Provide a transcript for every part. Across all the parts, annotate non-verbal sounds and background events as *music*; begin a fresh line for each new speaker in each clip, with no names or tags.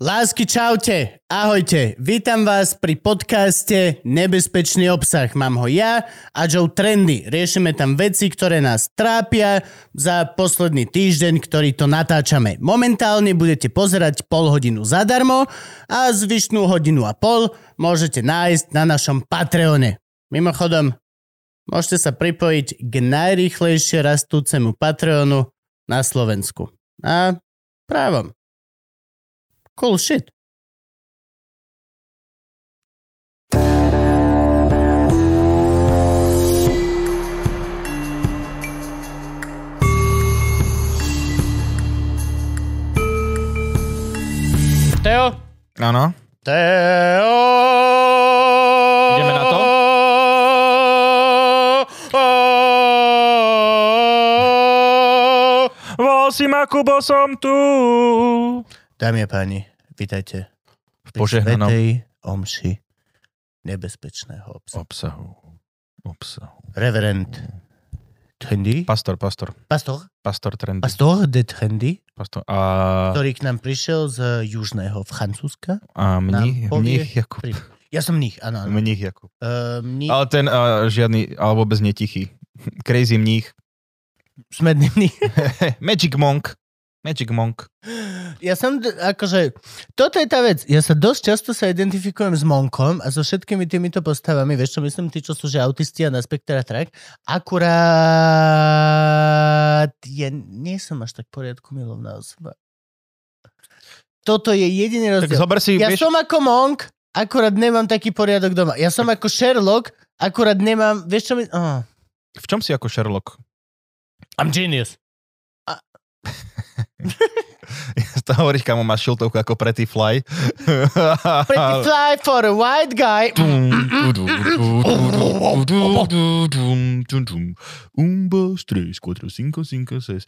Lásky, čaute, ahojte. Vítam vás pri podcaste Nebezpečný obsah. Mám ho ja a Joe Trendy. Riešime tam veci, ktoré nás trápia za posledný týždeň, ktorý to natáčame. Momentálne budete pozerať pol hodinu zadarmo a zvyšnú hodinu a pol môžete nájsť na našom Patreone. Mimochodom, môžete sa pripojiť k najrýchlejšie rastúcemu Patreonu na Slovensku. A právom. Cool shit. Teo?
Áno.
Teo!
Ideme na to? Volal si ma, Kubo, som tu.
Dámy a páni, vítajte v
požehnanom-
svetej omši nebezpečného obsahu.
Obsahu. Obsahu.
Reverend Trendy,
Pastor, pastor.
pastor,
Pastor trendy.
pastor de Trendy,
pastor. A,
ktorý k nám prišiel z južného Francúzska.
a mních,
Nám povie-
mních Jakub.
pri- Ja som mních, áno, áno.
Mních Jakub.
Uh, mních,
Ale ten a, žiadny, alebo bez netichý. *laughs* Crazy mních. *laughs*
smedný mních.
Magic Monk. Magic Monk.
Ja som, d- akože, toto je tá vec. Ja sa dosť často sa identifikujem s Monkom a so všetkými týmito postavami. Vieš čo, myslím, tí, čo sú že autisti a na spektra trak. Akurát ja nie som až tak poriadku milovná osoba. Toto je jediný
Tak
rozdiel.
zober si,
Ja
vieš,
som ako Monk, akurát nemám taký poriadok doma. Ja som ako Sherlock, akurát nemám, vieš čo mi... Oh.
v čom si ako Sherlock? *laughs*
I'm genius.
to hovoríš, kamo, máš šiltovku ako Pretty Fly. *laughs*
Pretty fly for a white guy.
Un, dos, tres, cuatro, cinco, cinco, seis.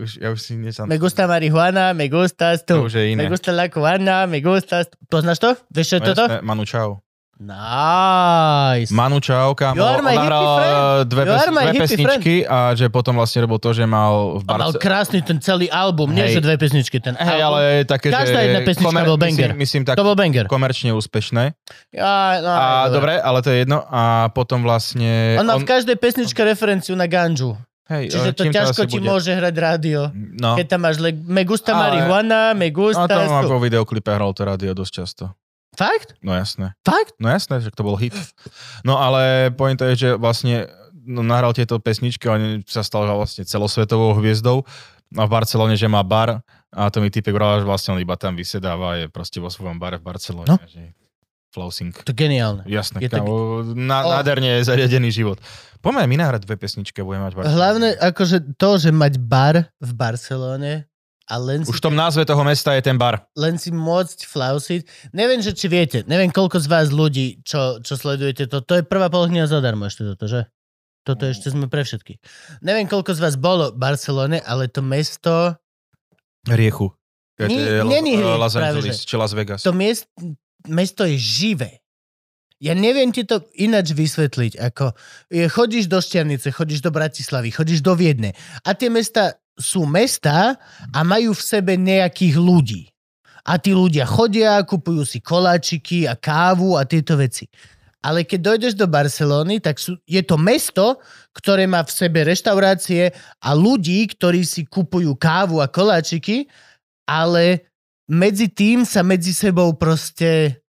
Už, ja už si nesam...
Me gusta marihuana, me gustas
To
tu.
už je
Me
iné.
gusta la cubana, me gusta... Poznáš to? Vieš čo je
No
toto?
jasné, Manu Čau.
Nice.
Manu Čau, kámo,
You are my
on hral
hippie friend.
dve,
You
pes,
are my
dve
hippie
pesničky a že potom vlastne robil to, že mal v
On mal
Barce...
krásny ten celý album, nie
Hej.
že dve pesničky, ten
Hej, ale
album.
také, že...
Každá jedna pesnička bol banger.
Myslím, myslím tak
To bol banger.
komerčne úspešné.
Ja, no,
A
aj,
dobre, ale to je jedno. A potom vlastne...
On má v každej pesničke referenciu na ganžu.
hej,
Čiže to
kým
ťažko
asi
ti
bude?
môže hrať rádio.
No.
Keď tam máš le- me gusta
Ale-
marihuana, me
A
gusta...
No, to mám
tu.
vo videoklipe hral to rádio dosť často.
Fakt?
No jasné.
Fakt?
No jasné, že to bol hit. No ale point je, že vlastne no, nahral tieto pesničky a on sa stal vlastne celosvetovou hviezdou. A v Barcelone, že má bar a to mi typek vral, že vlastne on iba tam vysedáva a je proste vo svojom bare v Barcelone.
No.
No. Že Flowsing.
To je geniálne.
Jasné,
Je to-
kámo, na,
Oh.
nádherne zariadený život. Poďme aj my nahrať dve pesničky, budeme mať Barcelone.
Hlavne akože to, že mať bar v Barcelone a len si
Už v tom názve toho mesta je ten bar.
len si môcť flausiť. Neviem, že či viete, neviem, koľko z vás ľudí, čo, čo sledujete to. To je prvá polhňa zadarmo ešte toto, že? Toto ešte sme pre všetkých. Neviem, koľko z vás bolo v Barcelone, ale to mesto,
Riechu. To je- to je
Ni-
Lo-
není hriech,
Los
práve
Angeles, či Las Vegas.
to miest, mesto je živé. Ja neviem ti to ináč vysvetliť, ako je, chodíš do Šťavnice, chodíš do Bratislavy, chodíš do Viedne a tie mesta sú mesta a majú v sebe nejakých ľudí. A tí ľudia chodia, kupujú si koláčiky a kávu a tieto veci. Ale keď dojdeš do Barcelóny, tak sú, je to mesto, ktoré má v sebe reštaurácie a ľudí, ktorí si kupujú kávu a koláčiky, ale medzi tým sa medzi sebou proste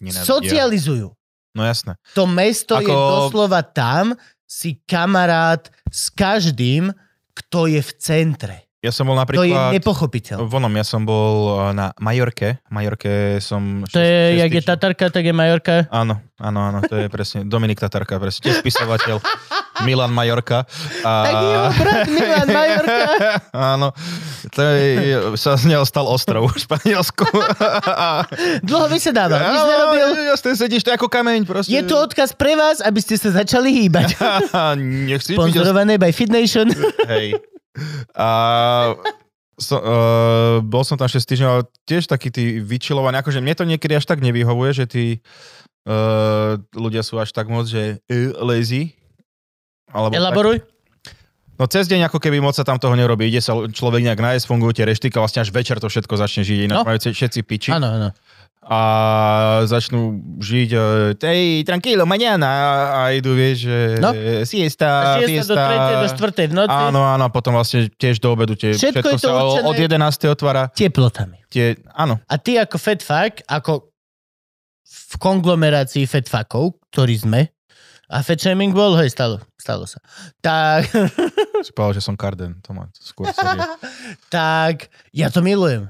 Nenávidia.
socializujú.
No jasné.
To mesto je
Ako-
doslova tam, si kamarát s každým, kto je v centre.
Ja som bol
To je
napríklad...
nepochopiteľné.
Vonom, ja som bol eh, na Majorke. Majorke som...
To je, jak je Tatarka, tak je Majorka.
Áno, áno, áno, to je presne. Dominik Tatarka, presne. Tiež spisovateľ.
*laughs*
Milan Majorka. A...
Tak jeho brat Milan Majorka.
*laughs* áno. To je, sa z neho stal ostrov v Španielsku. A-
Dlho vysedáva, nič
Áno,
nerobil.
Jasne, sedíš, to je ako kameň proste.
Je to odkaz pre vás, aby ste sa začali hýbať.
*laughs* Nechci byť
Sponzorované by Fit Nation.
Hej. A so, uh, bol som tam 6 týždňov, ale tiež taký ty vyčilovaný, akože mne to niekedy až tak nevyhovuje, že tí e, uh, ľudia sú až tak moc, že uh, e, lazy. Alebo
Elaboruj.
Tak, No cez deň ako keby moc sa tam toho nerobí, ide sa človek nejak nájsť, fungujú tie reštika, vlastne až večer to všetko začne žiť, inak no.
No.
majú ce- všetci piči
Áno, áno.
a začnú žiť e, tej tranquilo mañana a idú, vieš, že
No.
e,
A
siesta,
siesta do 3. do 4. v noci.
Áno, áno, a potom vlastne tiež do obedu. Tie,
Všetko
všetko,
je to
sa o-
určené-
od 11. otvára.
Teplotami.
Tie, áno,
A ty ako fetfak, ako v konglomerácii fetfakov, ktorí sme, a fatshaming bol, hej, stalo, stalo sa. Tak, *laughs*
si povedal, že som karden. To má skôr série.
tak, ja to milujem.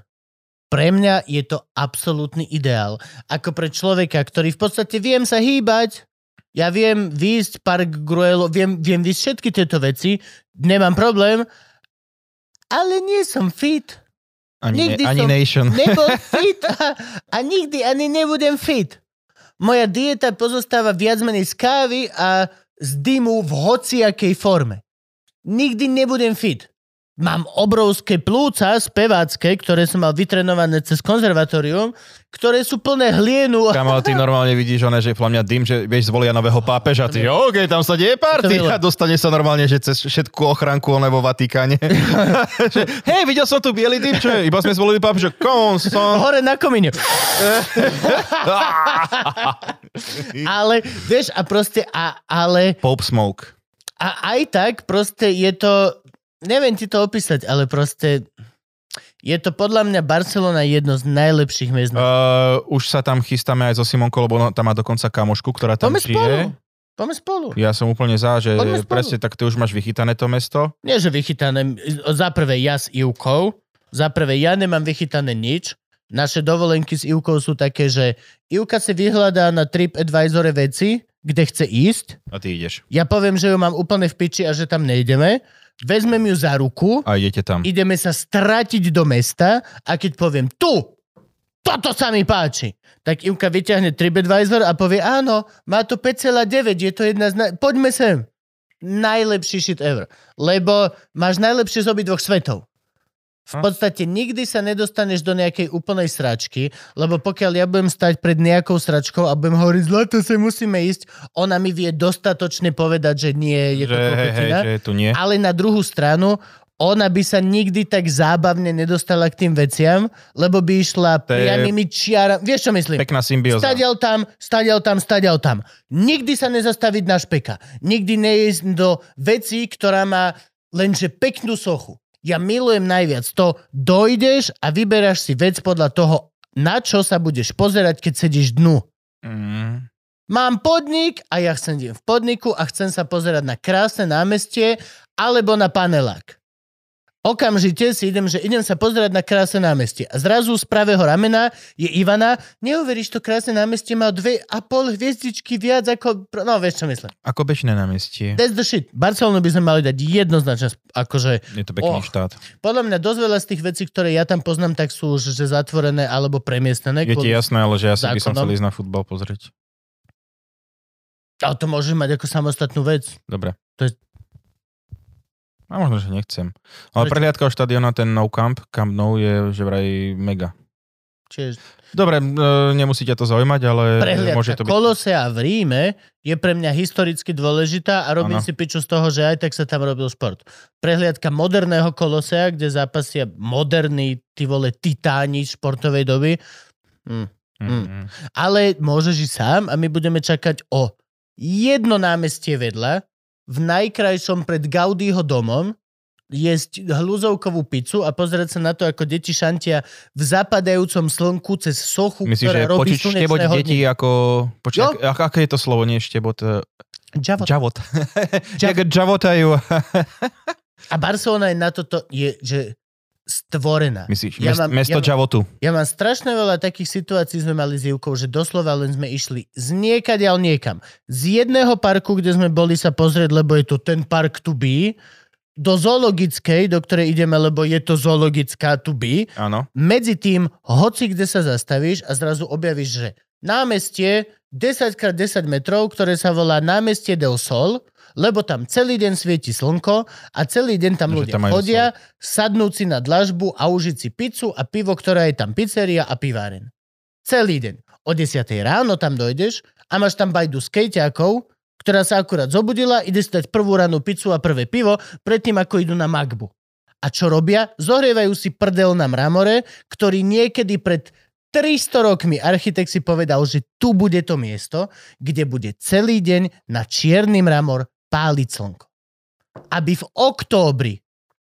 Pre mňa je to absolútny ideál. Ako pre človeka, ktorý v podstate viem sa hýbať, ja viem výjsť park Gruelo, viem, viem výjsť všetky tieto veci, nemám problém, ale nie som fit.
Ani,
Nikdy
ne, ani
som- *laughs*
nation.
nebol fit a, a nikdy ani nebudem fit. Moja dieta pozostáva viac menej z kávy a z dymu v hociakej forme. Nikdy nebudem fit. Mám obrovské plúca spevácké, ktoré som mal vytrenované cez konzervatórium, ktoré sú plné hlienu.
Kamo, ty normálne vidíš, one, že podľa mňa dym, že vieš, zvolia nového pápeža, ty, že OK, tam sa deje party *laughs*
To milé.
a dostane sa normálne, že cez všetku ochránku one vo
*laughs*
Vatikáne. že, hej, videl som tu biely dym, čo je? Iba sme zvolili pápeža, kon,
*laughs*
son.
Hore na komíne. Ale, vieš, a proste, a, ale
Pope smoke.
A aj tak proste je to, neviem ti to opísať, ale proste je to podľa mňa Barcelona jedno z najlepších miest. na-
Uh, už sa tam chystáme aj so Simonkou, lebo ona tam má dokonca kamošku, ktorá tam
Poďme spolu.
žije.
Poďme spolu.
Ja som úplne za, že
Poďme spolu.
presne tak ty už máš vychytané to mesto.
Nie, že vychytané, za prvé ja s Ivkou, za prvé ja nemám vychytané nič, naše dovolenky s Ivkou sú také, že Ivka si vyhľadá na TripAdvisore veci, kde chce ísť,
A ty ideš.
ja poviem, že ju mám úplne v piči a že tam nejdeme, vezmem ju za ruku,
A idete tam.
ideme sa stratiť do mesta a keď poviem tu, toto sa mi páči, tak Ivka vyťahne TripAdvisor a povie áno, má to 5,9, je to jedna z... Na... Poďme sem. Najlepší shit ever. Lebo máš najlepšie z obidvoch svetov. V
Hm.
podstate nikdy sa nedostaneš do nejakej úplnej sračky, lebo pokiaľ ja budem stať pred nejakou sračkou a budem hovoriť, zlato si musíme ísť, ona mi vie dostatočne povedať, že nie, je to
že, hej, hej,
kokotina.
že tu nie.
Ale na druhú stranu, ona by sa nikdy tak zábavne nedostala k tým veciam, lebo by išla
To je-
priamými čiarami. Vieš, čo myslím?
Pekná symbióza.
Stadial tam, stadial tam, stadial tam. Nikdy sa nezastaviť na špeka. Nikdy neísť do veci, ktorá má lenže peknú sochu. Ja milujem najviac to, dojdeš a vyberáš si vec podľa toho, na čo sa budeš pozerať, keď sedíš dnu.
Mm.
Mám podnik a ja chcem idem v podniku a chcem sa pozerať na krásne námestie alebo na panelák. Okamžite si idem, že idem sa pozerať na krásne námestie. A zrazu z pravého ramena je Ivana. Neuveríš, to krásne námestie má dve a pol hviezdičky viac ako... No, vieš čo myslím.
Ako bežné námestie.
That's the shit. Barcelonu by sme mali dať jednoznačne, akože
Je to pekný
Och.
štát.
podľa mňa dosť veľa z tých vecí, ktoré ja tam poznám, tak sú už že zatvorené alebo premiestnené.
Je ti
kvôli-
jasné, ale že ja si by som
zákonom.
chcel ísť na futbal pozrieť.
Ale to môžeš mať ako samostatnú vec.
Dobre.
To je-
A možno, že nechcem. Ale
Prečo?
prehliadka od štadiona, ten No Camp, Camp Nou je že vraj mega.
Čiže
Dobre, e, nemusí ťa to zaujímať, ale
prehliadka
môže to byť...
Kolosea v Ríme je pre mňa historicky dôležitá a robím
Áno.
ano. si piču z toho, že aj tak sa tam robil šport. Prehliadka moderného Kolosea, kde zápasia moderní, ty vole, titáni športovej doby,
Mm.
ale môžeš ísť sám a my budeme čakať o jedno námestie vedľa, v najkrajšom pred Gaudího domom, jesť hľuzovkovú pizzu a pozrieť sa na to, ako deti šantia v zapadajúcom slnku cez sochu,
Myslíš, že
ktorá robí
počiť štebot
slnečné
detí
hodiny.
ako... Počkaj,
Jo.
ak- ak- aké je to slovo, nie štebot? e,
Džavo, *laughs*
Džavot. Jak džavotajú.
A Barcelona je na toto, je, že stvorená.
Myslíš,
Ja
mest-
mám-
mesto
ja mám-
Džavotu.
Ja mám strašne veľa takých situácií sme mali s Ivkou, že doslova len sme išli z niekaďal niekam. Z jedného parku, kde sme boli sa pozrieť, lebo je to ten park to be, do zoologickej, do ktorej ideme, lebo je to zoologická to be.
Áno.
Medzi tým, hoci kde sa zastavíš a zrazu objavíš, že námestie 10x10 metrov, ktoré sa volá námestie del Sol, lebo tam celý deň svieti slnko a celý deň tam
Že
ľudia
tam majú
chodia, sadnúť si na dlažbu a užiť si pizzu a pivo, ktorá je tam pizzeria a piváren. Celý deň. O 10 ráno tam dojdeš a máš tam bajdu skejťákov, ktorá sa akurát zobudila, ide si dať prvú ranú pizzu a prvé pivo, predtým ako idú na Magbu. A čo robia? Zohrievajú si prdel na mramore, ktorý niekedy pred 300 rokmi architekt si povedal, že tu bude to miesto, kde bude celý deň na čierny mramor páliť slnko. Aby v októbri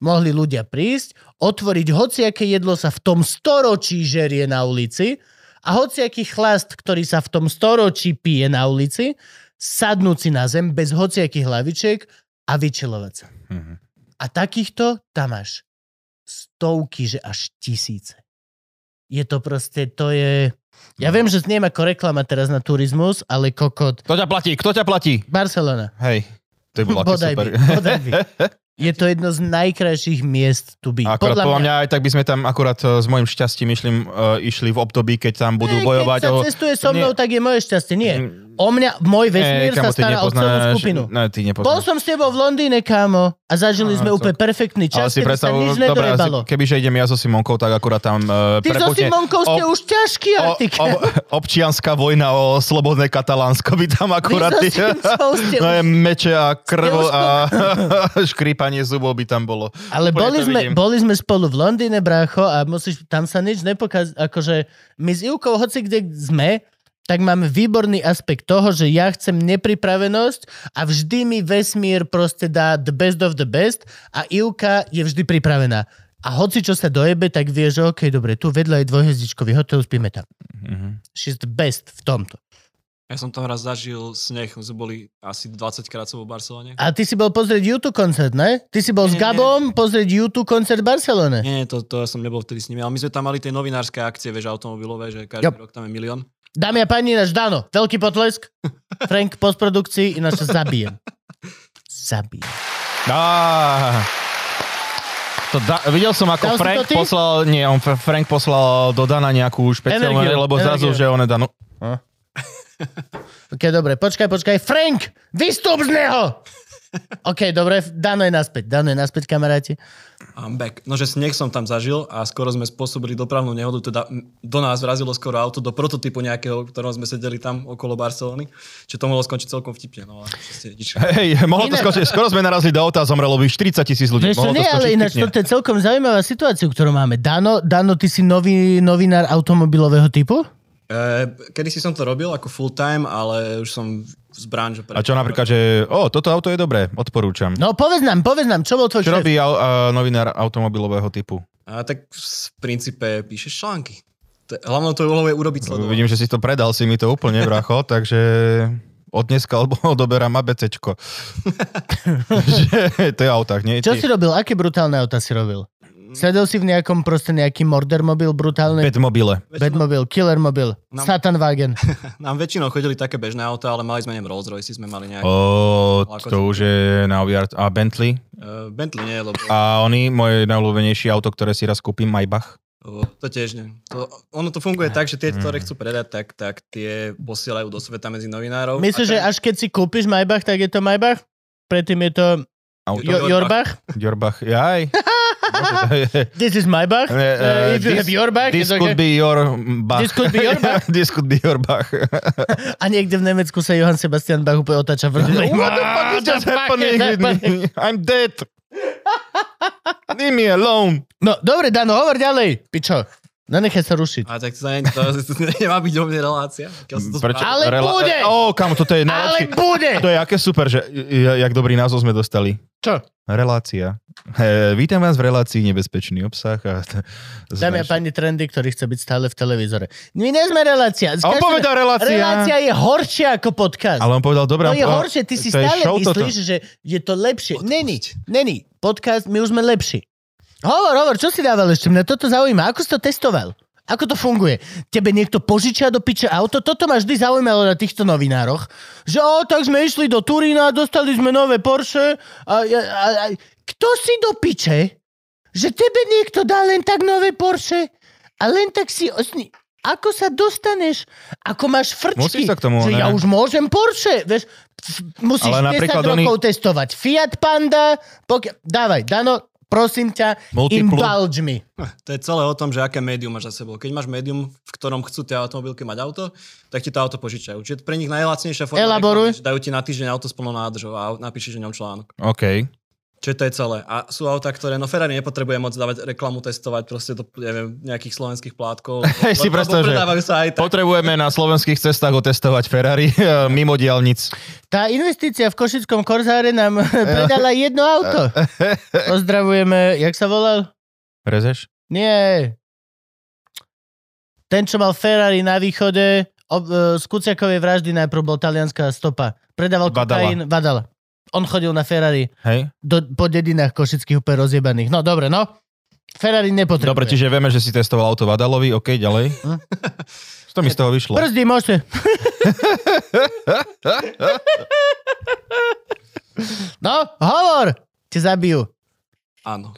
mohli ľudia prísť, otvoriť hociaké jedlo sa v tom storočí žerie na ulici a hociaký chlast, ktorý sa v tom storočí pije na ulici, sadnúť si na zem bez hociakých hlavičiek a vyčilovať sa.
Mhm.
A takýchto tam máš stovky, že až tisíce. Je to proste, to je... Ja
No.
viem, že zniem ako reklama teraz na turizmus, ale kokot.
Kto ťa platí? Kto ťa platí?
Barcelona.
Hej. To je bolo aké
Bodaj by,
super.
bodaj
*laughs*
by. Je to jedno z najkrajších miest tu byť.
Akurát, podľa, mňa aj tak by sme tam akurát e, s mojim šťastím išli, išli v období, keď tam budú
Ne,
bojovať
Keď
o...
sa cestuje so mnou,
Nie.
tak je moje šťastie. Nie.
Mm,
O mňa, môj vesmír
eh, kamo,
sa
ty
stará o celú
nepoznáš-
skupinu.
Ne, ty nepoznáš.
Bol som s tebou v Londýne, kámo, a zažili
Á,
sme
to-
úplne perfektný
Ale
čas, kedy
si
sa
predstavu,
nič
dobre, asi,
nedojebalo.
kebyže idem ja so Simonkou, tak akurát tam uh,
Ty so Simonkou ste už ťažký,
o,
ale ty
o, občianská vojna o slobodné Katalánsko by tam akurát...
Vy so Simonskou ste
no je
už-
meče a krv
už-
a *laughs* škrípanie zubov by tam bolo.
Ale
Úplne
boli
to
sme,
vidím.
boli sme spolu v Londýne, brácho, a musíš, tam sa nič nepokaz... Akože my s Ivkou, hoci kde sme, tak máme výborný aspekt toho, že ja chcem nepripravenosť a vždy mi vesmír proste dá the best of the best a Ivka je vždy pripravená. A hoci čo sa dojebe, tak vie, že OK, dobre, tu vedľa je dvojhezdičkový hotel, spíme tam.
Mhm.
She's the best v tomto.
Ja som tam raz zažil sneh, sme boli asi 20 krát som bol v Barcelone.
A ty si bol pozrieť YouTube koncert, ne? Ty si bol s
Nie, nie,
Gabom pozrieť YouTube koncert v Barcelone.
Nie, nie, to, to ja som nebol vtedy s nimi, ale my sme tam mali tie novinárske akcie, vieš, automobilové, že každý
Jo.
rok tam je milión.
Dámy a páni, náš Dano, veľký potlesk. Frank, postprodukcii, ináč sa zabijem. Zabijem.
Á, to da, videl som,
Dal
ako
si
Frank
to ty?
poslal, nie, on F- Frank poslal do Dana nejakú špeciálnu,
Energiu,
lebo zrazu,
energiu.
že on je Danu.
OK, dobre, počkaj, počkaj. Frank, vystup z neho! OK, dobre, Dano je naspäť, Dano je naspäť, kamaráti.
I'm back. No, že sneh som tam zažil a skoro sme spôsobili dopravnú nehodu, teda m, do nás vrazilo skoro auto, do prototypu nejakého, v ktorom sme sedeli tam okolo Barcelony. Čiže to mohlo skončiť celkom vtipne, no ale proste nič.
Hej, mohlo to
Inak-
skočiť, skoro sme narazili do auta a zomrelo by 40 tisíc ľudí.
Vieš čo,
Mohlo
No,
to
nie,
skočiť
ale ináč
pekne.
toto je celkom zaujímavá situácia, ktorú máme. Dano, Dano, ty si nový novinár automobilového typu?
E, kedy si som to robil ako full time, ale už som z branže.
A čo napríklad, že o, toto auto je dobré, odporúčam.
No povedz nám, povedz nám, čo bol tvoj
Čo
šéf?
robí au- a, novinár automobilového typu?
A tak v princípe píšeš články. T- Hlavnou tvojou úlohou je urobiť sledovanie.
Vidím, že si to predal, si mi to úplne, bracho, *laughs* takže od dneska alebo odoberám
*laughs*
ABCčko. *laughs* že to je o autách, nie?
Čo si robil? Aké brutálne auta si robil? Sedel si v nejakom proste nejaký mordermobil, brutálny
Batmobile.
Väčšinou,
Batmobil, Killermobil,
No.
Satanwagen.
*laughs* nám väčšinou chodili také bežné auta, ale mali sme, neviem, Rolls Royce, sme mali nejaké.
O,
Ako
to
si-
už je na VR. A Bentley.
Uh, Bentley nie, lebo
A oni, moje najľúbenejšie auto, ktoré si raz kúpim, Maybach.
lebo to tiež nie. To, ono to funguje tak, že tie,
Mm.
ktoré chcú predať, tak, tak tie posielajú do sveta medzi novinárov.
Myslíš, že až keď si kúpiš Maybach, tak je to Maybach? Predtým je to
Auto.
jo- Jorbach. *laughs*
Jorbach. Jaj. *laughs*
This is Maybach. Uh,
Ne, eh,
if you
this-
have Jorbach,
This
it's okay.
could be your Bach.
This could be your Bach.
*laughs* This could be your Bach.
*laughs* A niekde v Nemecku sa Johann Sebastian Bach úplne otáča v role.
*laughs* What the fuck is just happening with me? I'm dead. Leave me alone.
No, dobre, Dano, hovor ďalej. Pičo, nenechaj sa rušiť.
A tak to, ne- to, to *laughs* nemá byť o mne relácia. Keď som to
Prečo?
správal.
Ale bude!
Ó, kamo, toto je
Ale
najlepší. No, To
bude!
je aké super, že ja- jak dobrý názov sme dostali.
Čo?
Relácia. E, vítam vás v relácii Nebezpečný obsah. A t-
Dámy a
Znaš-
páni trendy, ktorý chce byť stále v televízore. My nie sme relácia.
A on
Každá-
povedal relácia.
Relácia je horšia ako podcast.
Ale on povedal,
To
dobre. on
No je
povedal-
horšie, ty si
to je
stále
show toto.
myslíš, že je to lepšie. Není, není. Podcast, my už sme lepší. Hovor, hovor, čo si dával ešte? Mňa toto zaujíma. Ako si to testoval? Ako to funguje? Tebe niekto požičia do piče auto? Toto ma vždy zaujímalo na týchto novinároch. Že o, tak sme išli do Turína, dostali sme nové Porsche. A, a, a, a, kto si do piče? Že tebe niekto dá len tak nové Porsche? A len tak si... Osni... Ako sa dostaneš? Ako máš frčky?
Musíš sa k tomu,
že
ne?
ja už môžem Porsche, vieš, f- musíš
Ale
Ale 10
napríklad
rokov
oni-
testovať Fiat Panda, pokia... dávaj, Dano, prosím ťa,
Multiplu.
indulge mi.
To je celé o tom, že aké médium máš za sebou. Keď máš médium, v ktorom chcú tie automobilky mať auto, tak ti to auto požičajú. Čiže pre nich najlacnejšia forma
Elaboruj.
reklamy, že dajú ti na týždeň auto s plnou nádržou a napíšeš o ňom článok.
OK.
Čiže to je celé. A sú auta, ktoré, no Ferrari nepotrebuje moc dávať reklamu, testovať proste do, neviem, nejakých slovenských plátkov.
*laughs* Hej, si
lebo
predstav, že-
predávajú sa aj tak.
Potrebujeme na slovenských cestách otestovať Ferrari *laughs* mimo diálnic.
Tá investícia v Košickom Korzáre nám *laughs* predala jedno
*laughs*
auto. Pozdravujeme, jak sa volal?
Prezeš?
Nie. Ten, čo mal Ferrari na východe, ob, e, z Kuciakovej vraždy najprv bol talianská stopa. Predával
Vadala.
kokain, vadala. On chodil na Ferrari
Hej?
do, po dedinách košických úplne rozjebaných. No dobre, no. Ferrari nepotrebuje.
Dobre, čiže vieme, že si testoval auto Vadalovi, OK, ďalej.
Hm.
Čo mi z toho vyšlo?
Brzdy,
*laughs*
môžete. no, hovor! Te zabijú.
Áno.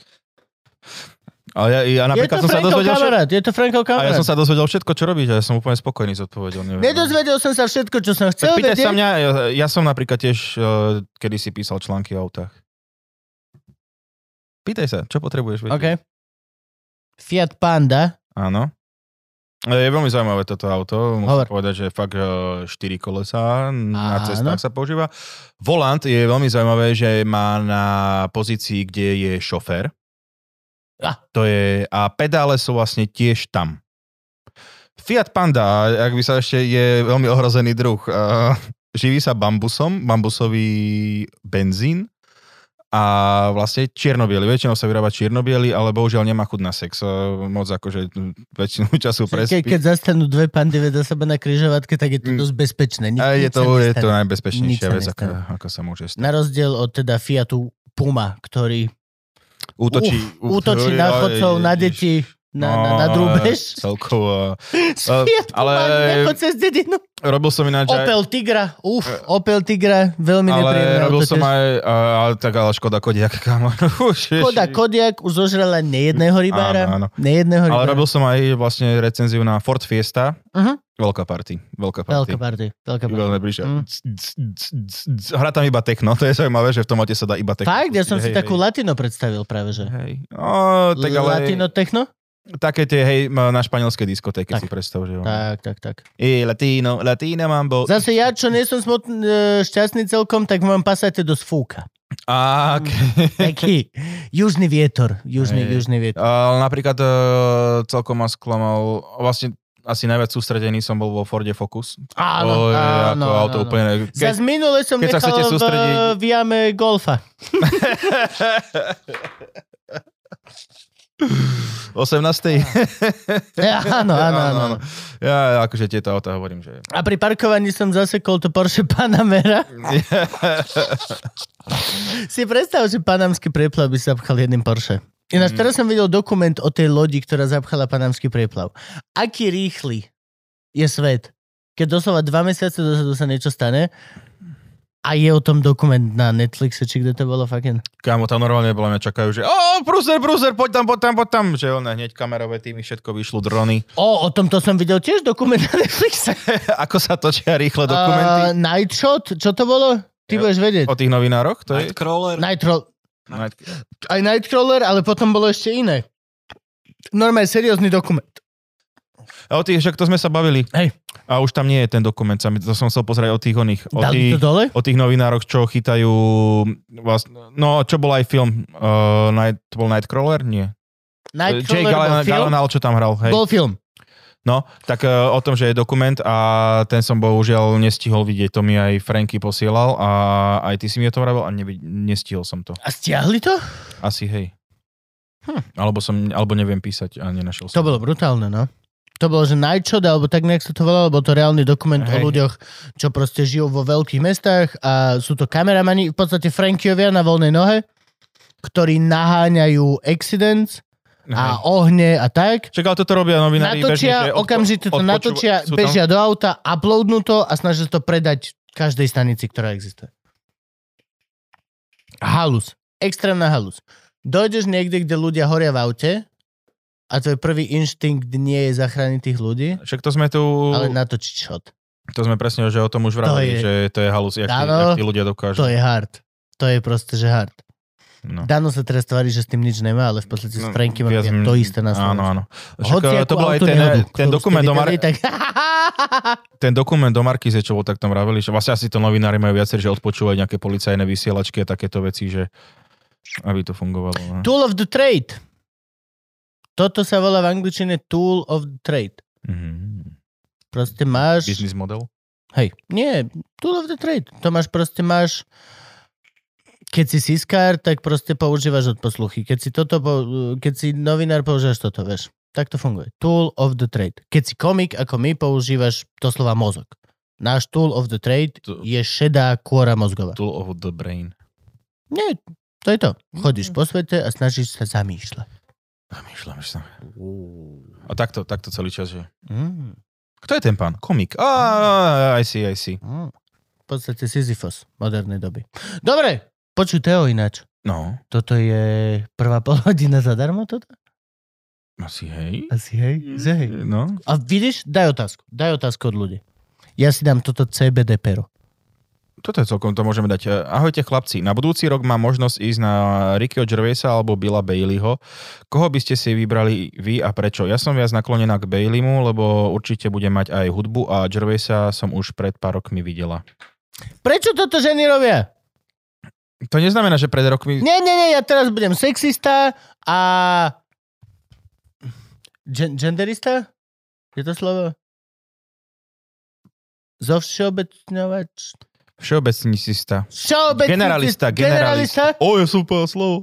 Ale ja, ja
Je
napríklad
to
som sa
Frankov
dozvedel, všetko,
kamarát, je to Frankov
a
kamarát.
ja som sa dozvedel všetko, čo robíš a ja som úplne spokojný s odpovedou. neviem.
Nedozvedel som sa všetko, čo som
Tak
chcel
pýtaj sa
vedieť.
mňa, ja, ja som napríklad tiež uh, kedy si písal články o autách. Pýtaj sa, čo potrebuješ vedieť.
OK. Fiat Panda.
Áno. E, Je veľmi zaujímavé toto auto. Musím
Hovor.
povedať, že fakt e, štyri kolesa na
Áno.
cestách sa používa. Volant je veľmi zaujímavé, že má na pozícii, kde je šofér.
Ah.
To je, a pedále sú vlastne tiež tam. Fiat Panda, ak by sa ešte, je veľmi ohrozený druh. E, Živí sa bambusom, bambusový benzín a vlastne čiernobiely. Väčšinou sa vyrába čiernobiely, ale bohužiaľ nemá chuť na sex. E, Moc akože m, väčšinu času
Ke,
prespí.
keď zastanú dve pandy vedľa seba na kryžovatke, tak je to
Mm.
dosť bezpečné. Nič,
A je
nič sa
to, je
nestane.
to
Nič
najbezpečnejšia
sa
vec, ako,
nestane.
ako sa môže stať.
Na rozdiel od teda Fiatu Puma, ktorý
Útočí,
útočí na
Oj,
chodcov, na
ježiš.
deti, na, na, na
No,
drúbež. *laughs*
Celkovo.
Fiat Puma,
ale-
nechod cez dedinu.
Robil som ináč aj...
Opel Tigra, uf, Opel Tigra, veľmi nepríjemné
E- ale robil
auto
som
tiež.
aj, a, ale tak ale škoda Kodiak, kámo. *laughs* Už,
Koda
ježiš. Hm?
Kodiak už zožrala nejedného rybára.
Áno, áno.
Nejedného
Ale
rybára.
robil som aj vlastne recenziu na Ford Fiesta.
Mhm.
Veľká party. Veľká
Veľká
party.
party. Veľká party.
Veľmi bližšie.
Mm.
Hrá tam iba techno, to je zaujímavé, že v tom aute sa dá iba techno.
Fakt, ja som si
pustiť, hej,
takú
hej.
latino predstavil práve, že.
Hej. No, tak ale...
Latino techno?
Také tie, hej, na španielskej diskotéke
Tak.
si predstav, že jo.
Tak, tak, tak.
I latino, latina mambo.
Zase ja, čo nie som smutný, e, šťastný celkom, tak mám pasate dosť
*laughs*
fúka.
A,
Taký južný vietor, južný,
Hej.
južný vietor.
ale napríklad e, celkom ma sklamal, vlastne asi najviac sústredený som bol vo Forde Focus.
Áno,
je
áno, áno.
ako auto úplne...
Zas
Keď,
minule som
keď sa
nechal v,
chcete
eh,
sústrediť-
v jame golfa.
*laughs* 18.
Eh, Áno, No, áno, áno. áno.
Ja akože tieto auta hovorím,
*laughs*
že...
A pri parkovaní som zasekol to Porsche *laughs* Panamera. si predstav, že panamský prieplav by zapchal jedným Porsche.
Mm.
Ináč, teraz som videl dokument o tej lodi, ktorá zapchala panamský prieplav. Aký rýchly je svet, keď doslova dva mesiace dozadu sa niečo stane a je o tom dokument na Netflixe, či kde to bolo fucking.
Kámo, tam normálne bola mňa čakajú, že o, prúser, prúser, poď tam, poď tam, poď tam. Že on hneď kamerové týmy, všetko vyšlo, drony. *laughs*
O, o tomto som videl tiež dokument na Netflixe.
Ako sa točia rýchlo
Uh,
dokumenty.
Night Shot, čo to bolo? Ty
Jo.
budeš vedieť.
O tých novinároch, to je?
Nightcrawler.
Nightro-
Night-
aj Nightcrawler, ale potom bolo ešte iné. Normálne seriózny dokument.
A o tých, však to sme sa bavili.
Hej.
A už tam nie je ten dokument, sa mi- to som chcel pozrieť o tých oných, o
Dali
tých,
to dole?
o tých novinároch, čo chytajú vlastne, no, čo bol aj film, uh, Night, to bol Nightcrawler? Nie. Jake
Nightcrawler bol
Gyllenhaal,
film?
Gyllenhaal, čo tam hral, hej.
Bol film.
No, tak uh, o tom, že je dokument a ten som bohužiaľ nestihol vidieť, to mi aj Franky posielal a aj ty si mi o tom hovoril a nevi- nestihol som to.
A stiahli to?
Asi hej. Hm. Alebo, som, alebo neviem písať a nenašiel
To
som.
bolo brutálne, no. To bolo, že najčod, alebo tak nejak sa to volalo, bol to reálny dokument o
Hej.
ľuďoch, čo proste žijú vo veľkých mestách a sú to kameramani, v podstate Frankiovia na voľnej nohe, ktorí naháňajú accidents
Hej.
a ohne a tak.
Čak, ale toto robia novinári bežne, že
Natočia,
odpo-
okamžite to
odpočúva-
natočia,
sú tam-
bežia do auta, uploadnú to a snažia sa to predať každej stanici, ktorá existuje. Halus. Extrémna halus. Dojdeš niekde, kde ľudia horia v aute a tvoj prvý inštinkt nie je zachrániť tých ľudí,
Však to sme tu,
ale natočiť shot.
to sme presne, že o tom už vravili,
je-
že to je halus, jak, tí,
Áno,
jak tí ľudia
To
dokážu.
je hard. To je proste, že hard.
No.
Dano sa teraz tvári, že s tým nič nemá, ale v podstate s
No,
Franky má
viac menej-
to isté na
Áno,
Slovensku.
áno. Však,
Hoci
eh,
akú
to bol aj ten,
autonehodu,
ten
ktorú ste
dokument o
videli,
Mar-
tak... *laughs*
ten dokument do Markize, čo bol, tak tam vraveli, že vlastne asi to novinári majú viacej, že odpočúvajú nejaké policajné vysielačky a takéto veci, že aby to fungovalo. No.
Tool of the trade. Toto sa volá v angličtine tool of the trade.
Mhm.
Proste máš...
Business model?
Hej, nie, tool of the trade. To máš proste, máš... Keď si siskár, tak proste používaš od posluchy. Keď si, toto, po- keď si novinár, používaš toto, vieš. Tak to funguje. Tool of the trade. Keď si komik, ako my, používaš doslova mozog. Náš tool of the trade
To-
je šedá kôra mozgová.
Tool of the brain.
Nie, to je to. Chodíš po svete a snažíš sa zamýšľať.
Zamýšľam sa. A takto, takto celý čas, že...
Mm,
Kto je ten pán? Komik. Ah, I see, I see.
mm. V podstate Sisyphos modernej doby. Dobre, počuj Teo ináč.
No,
Toto je prvá *laughs* polhodina zadarmo toto?
asi hej.
Asi hej? Že hej?
No.
A vidíš, daj otázku. Daj otázku od ľudí. Ja si dám toto CBD pero.
Toto je celkom, to môžeme dať. Eh, Ahojte chlapci, na budúci rok mám možnosť ísť na Rickyho Gervaisa alebo Billa Baileyho. Koho by ste si vybrali vy a prečo? Ja som viac naklonená k Baileymu, lebo určite bude mať aj hudbu a Gervaisa som už pred pár rokmi videla.
Prečo toto ženy robia?
To neznamená, že pred rokmi...
Nie, nie, nie, ja teraz budem sexista a... Gen- genderista? Je to slovo? Zovšeobecňovač?
Všeobecnicista.
Všeobecný...
Generalista, generalista.
generalista? No.
O, ja som povedal slovo.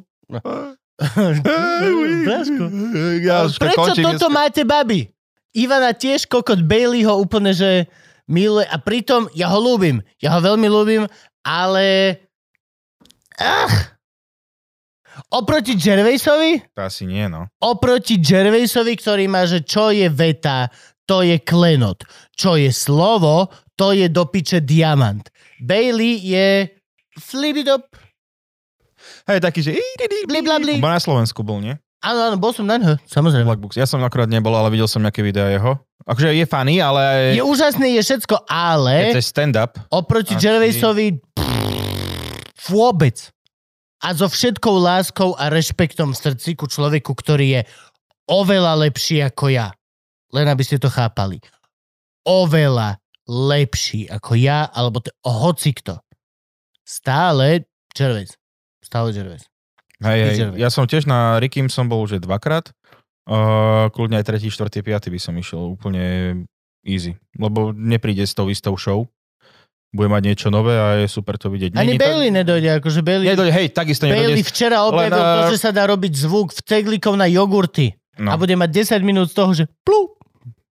Blesku.
Ja
Ale
už
Prečo
končím
toto
dneska.
máte, babi? Ivana tiež kokot Bailey ho úplne, že miluje. A pritom ja ho ľúbim. Ja ho veľmi ľúbim, ale... Ach! Oproti Gervaisovi?
To asi nie, no.
Oproti Gervaisovi, ktorý má, že čo je veta, to je klenot. Čo je slovo, to je do piče diamant. Bailey je flibidop,
Hej, taký, že...
bliblabli.
Bo na Slovensku bol, nie?
Áno, áno, bol som na ňo, samozrejme.
Black Books. Ja som akorát nebol, ale videl som nejaké videá jeho. Akože je funny, ale...
Je úžasný, je všetko, ale...
Keď chceš stand-up,
Oproti
Asi.
Gervaisovi pff, vôbec. A so všetkou láskou a rešpektom v srdci ku človeku, ktorý je oveľa lepší ako ja. Len aby ste to chápali. Oveľa lepší ako ja, alebo t- hoci kto. Stále Gervais. Stále Gervais.
hej, hej,
Gervais.
ja som tiež na Rikym som bol už dvakrát. Uh, kľudne aj tretí, štvrtý, piatý by som išiel úplne easy. Lebo nepríde s tou istou show. Bude mať niečo nové a je super to vidieť.
Ani
Není to-
Bailey nedojde, akože Bailey...
Nedojde, hej, takisto
Bailey
nedojde.
včera objavil
Len,
to,
eh,
že sa dá robiť zvuk v ceglikov na jogurty. a
No.
bude mať 10 minút z toho, že plú,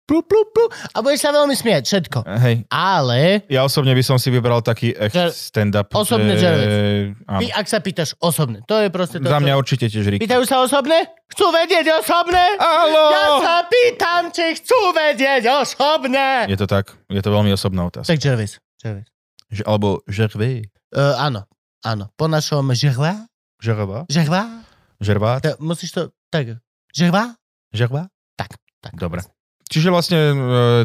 plú, plú, plú a budeš sa veľmi smiať, všetko.
Hej,
Ale
ja osobne by som si vybral taký
Že-
echt stand-up.
osobne
že...
Gervais.
Áno.
ty, ak sa pýtaš osobne, to je proste to, čo-
Za mňa určite tiež Riky.
Pýtajú sa osobne? Chcú vedieť osobne?
Haló!
Ja sa pýtam, či chcú vedieť osobne.
Je to tak, je to veľmi osobná otázka.
Tak Jervis, Jervis.
Že, alebo Gervais.
Uh, áno, áno. Po našom žehva,
Žerva?
žehva,
Žerva?
T- musíš to, tak, žehva?
Žerva?
Tak, tak.
Dobre. Čiže vlastne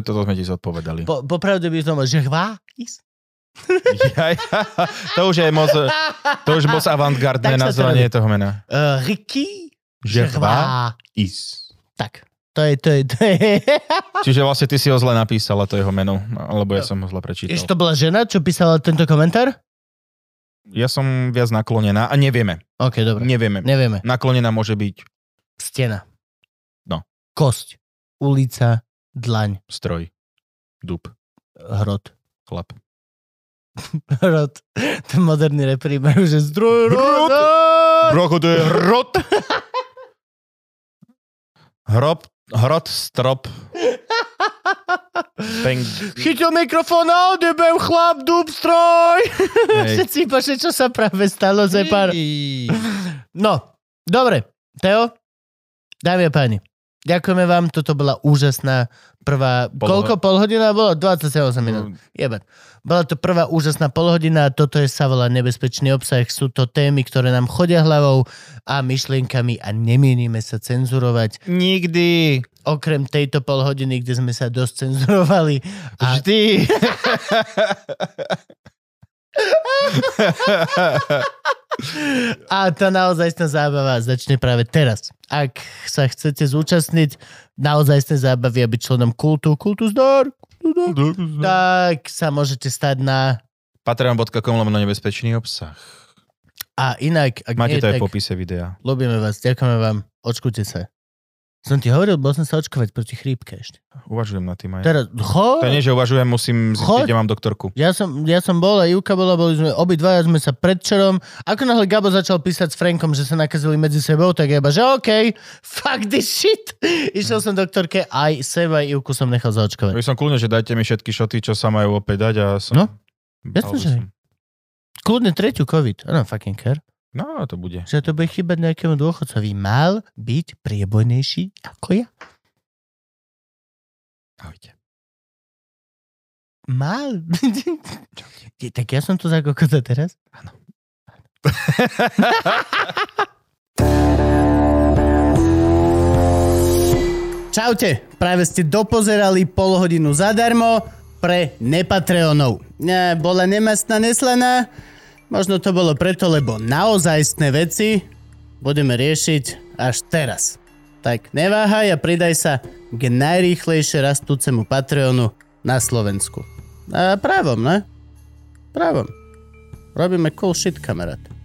e, toto sme ti zodpovedali.
Po, popravde by som žehva? Is.
Ja, ja, *laughs* to už je moc, to už moc
Tak sa
avantgardné
to
nazvanie toho mena.
Uh, Ricky?
Žerva is.
Tak, to je, to je, to
*laughs*
je.
Čiže vlastne ty si ho zle napísala, to jeho meno, alebo ja som ho zle
Ešte
prečítal.
to bola žena, čo písala tento komentár?
Ja som viac naklonená a nevieme.
OK, dobre. Ne-
Nevieme.
Nevieme.
Naklonená môže byť
Stena.
No.
Kosť. Ulica. Dlaň.
stroj, dub,
Hrot. *laughs*
chlap.
Hrot. Ten moderný repri majú, že zdroj
Hrot.
roda. *laughs*
Brocho, to je hrot. Hrob, hrot, strop. Bang.
Chytil mikrofón a odebem chlap, dub, stroj.
Hej.
Všetci paše, čo sa práve stalo, že pár. No, dobre. Teo, dámy a páni, ďakujeme vám, toto bola úžasná prvá...
Pol-
Koľko? Pol hodina bolo? 27 minút. Jebať. Bola to prvá úžasná polhodina a toto je sa volá nebezpečný obsah. Sú to témy, ktoré nám chodia hlavou a myšlienkami a nemienime sa cenzurovať.
Nikdy.
Okrem tejto polhodiny, kde sme sa dosť cenzurovali. A
Vždy.
A tá naozajstná zábava začne práve teraz. Ak sa chcete zúčastniť naozajstnej zábavy a byť členom kultu, kultu zdor, kultu zdor,
Mhm.
tak sa môžete stať na...
Patreon.com lebo na nebezpečný obsah.
A inak, ak
Máte
nie,
to aj
tak
v popise videa.
ľúbime vás, ďakujeme vám, očkujte sa. Som ti hovoril, bol som sa očkovať proti chrípke ešte.
Uvažujem na tým aj.
Teraz, chod,
To nie, že uvažujem, musím
Teda- Choď.
zistiť, kde mám doktorku.
Ja som, ja som bol a Júka bola, boli sme, obidvaja sme sa predčerom. Ako náhle Gabo začal písať s Frankom, že sa nakazili medzi sebou, tak ja iba, že OK, *laughs* fuck this shit.
Hm.
Išiel som doktorke, aj seba, aj Júku som nechal zaočkovať.
Ja som kľúne, že dajte mi všetky šoty, čo sa majú opäť dať a som...
No,
Bal
jasne,
by
že
som.
Kľudne tretiu COVID, I don't fucking care.
No, to bude.
Že to bude chýbať nejakému dôchodcovi. Mal byť priebojnejší ako ja.
Ahojte.
Mal. Je, *laughs* tak ja som tu za kokota teraz? Áno. *laughs* Čaute, práve ste dopozerali pol hodinu zadarmo pre nepatreonov. E, bola nemastná neslaná, možno to bolo preto, lebo naozajstné veci budeme riešiť až teraz. Tak neváhaj a pridaj sa k najrýchlejšie rastúcemu Patreonu na Slovensku. A právom, ne? Právom. Robíme cool shit, kamarát.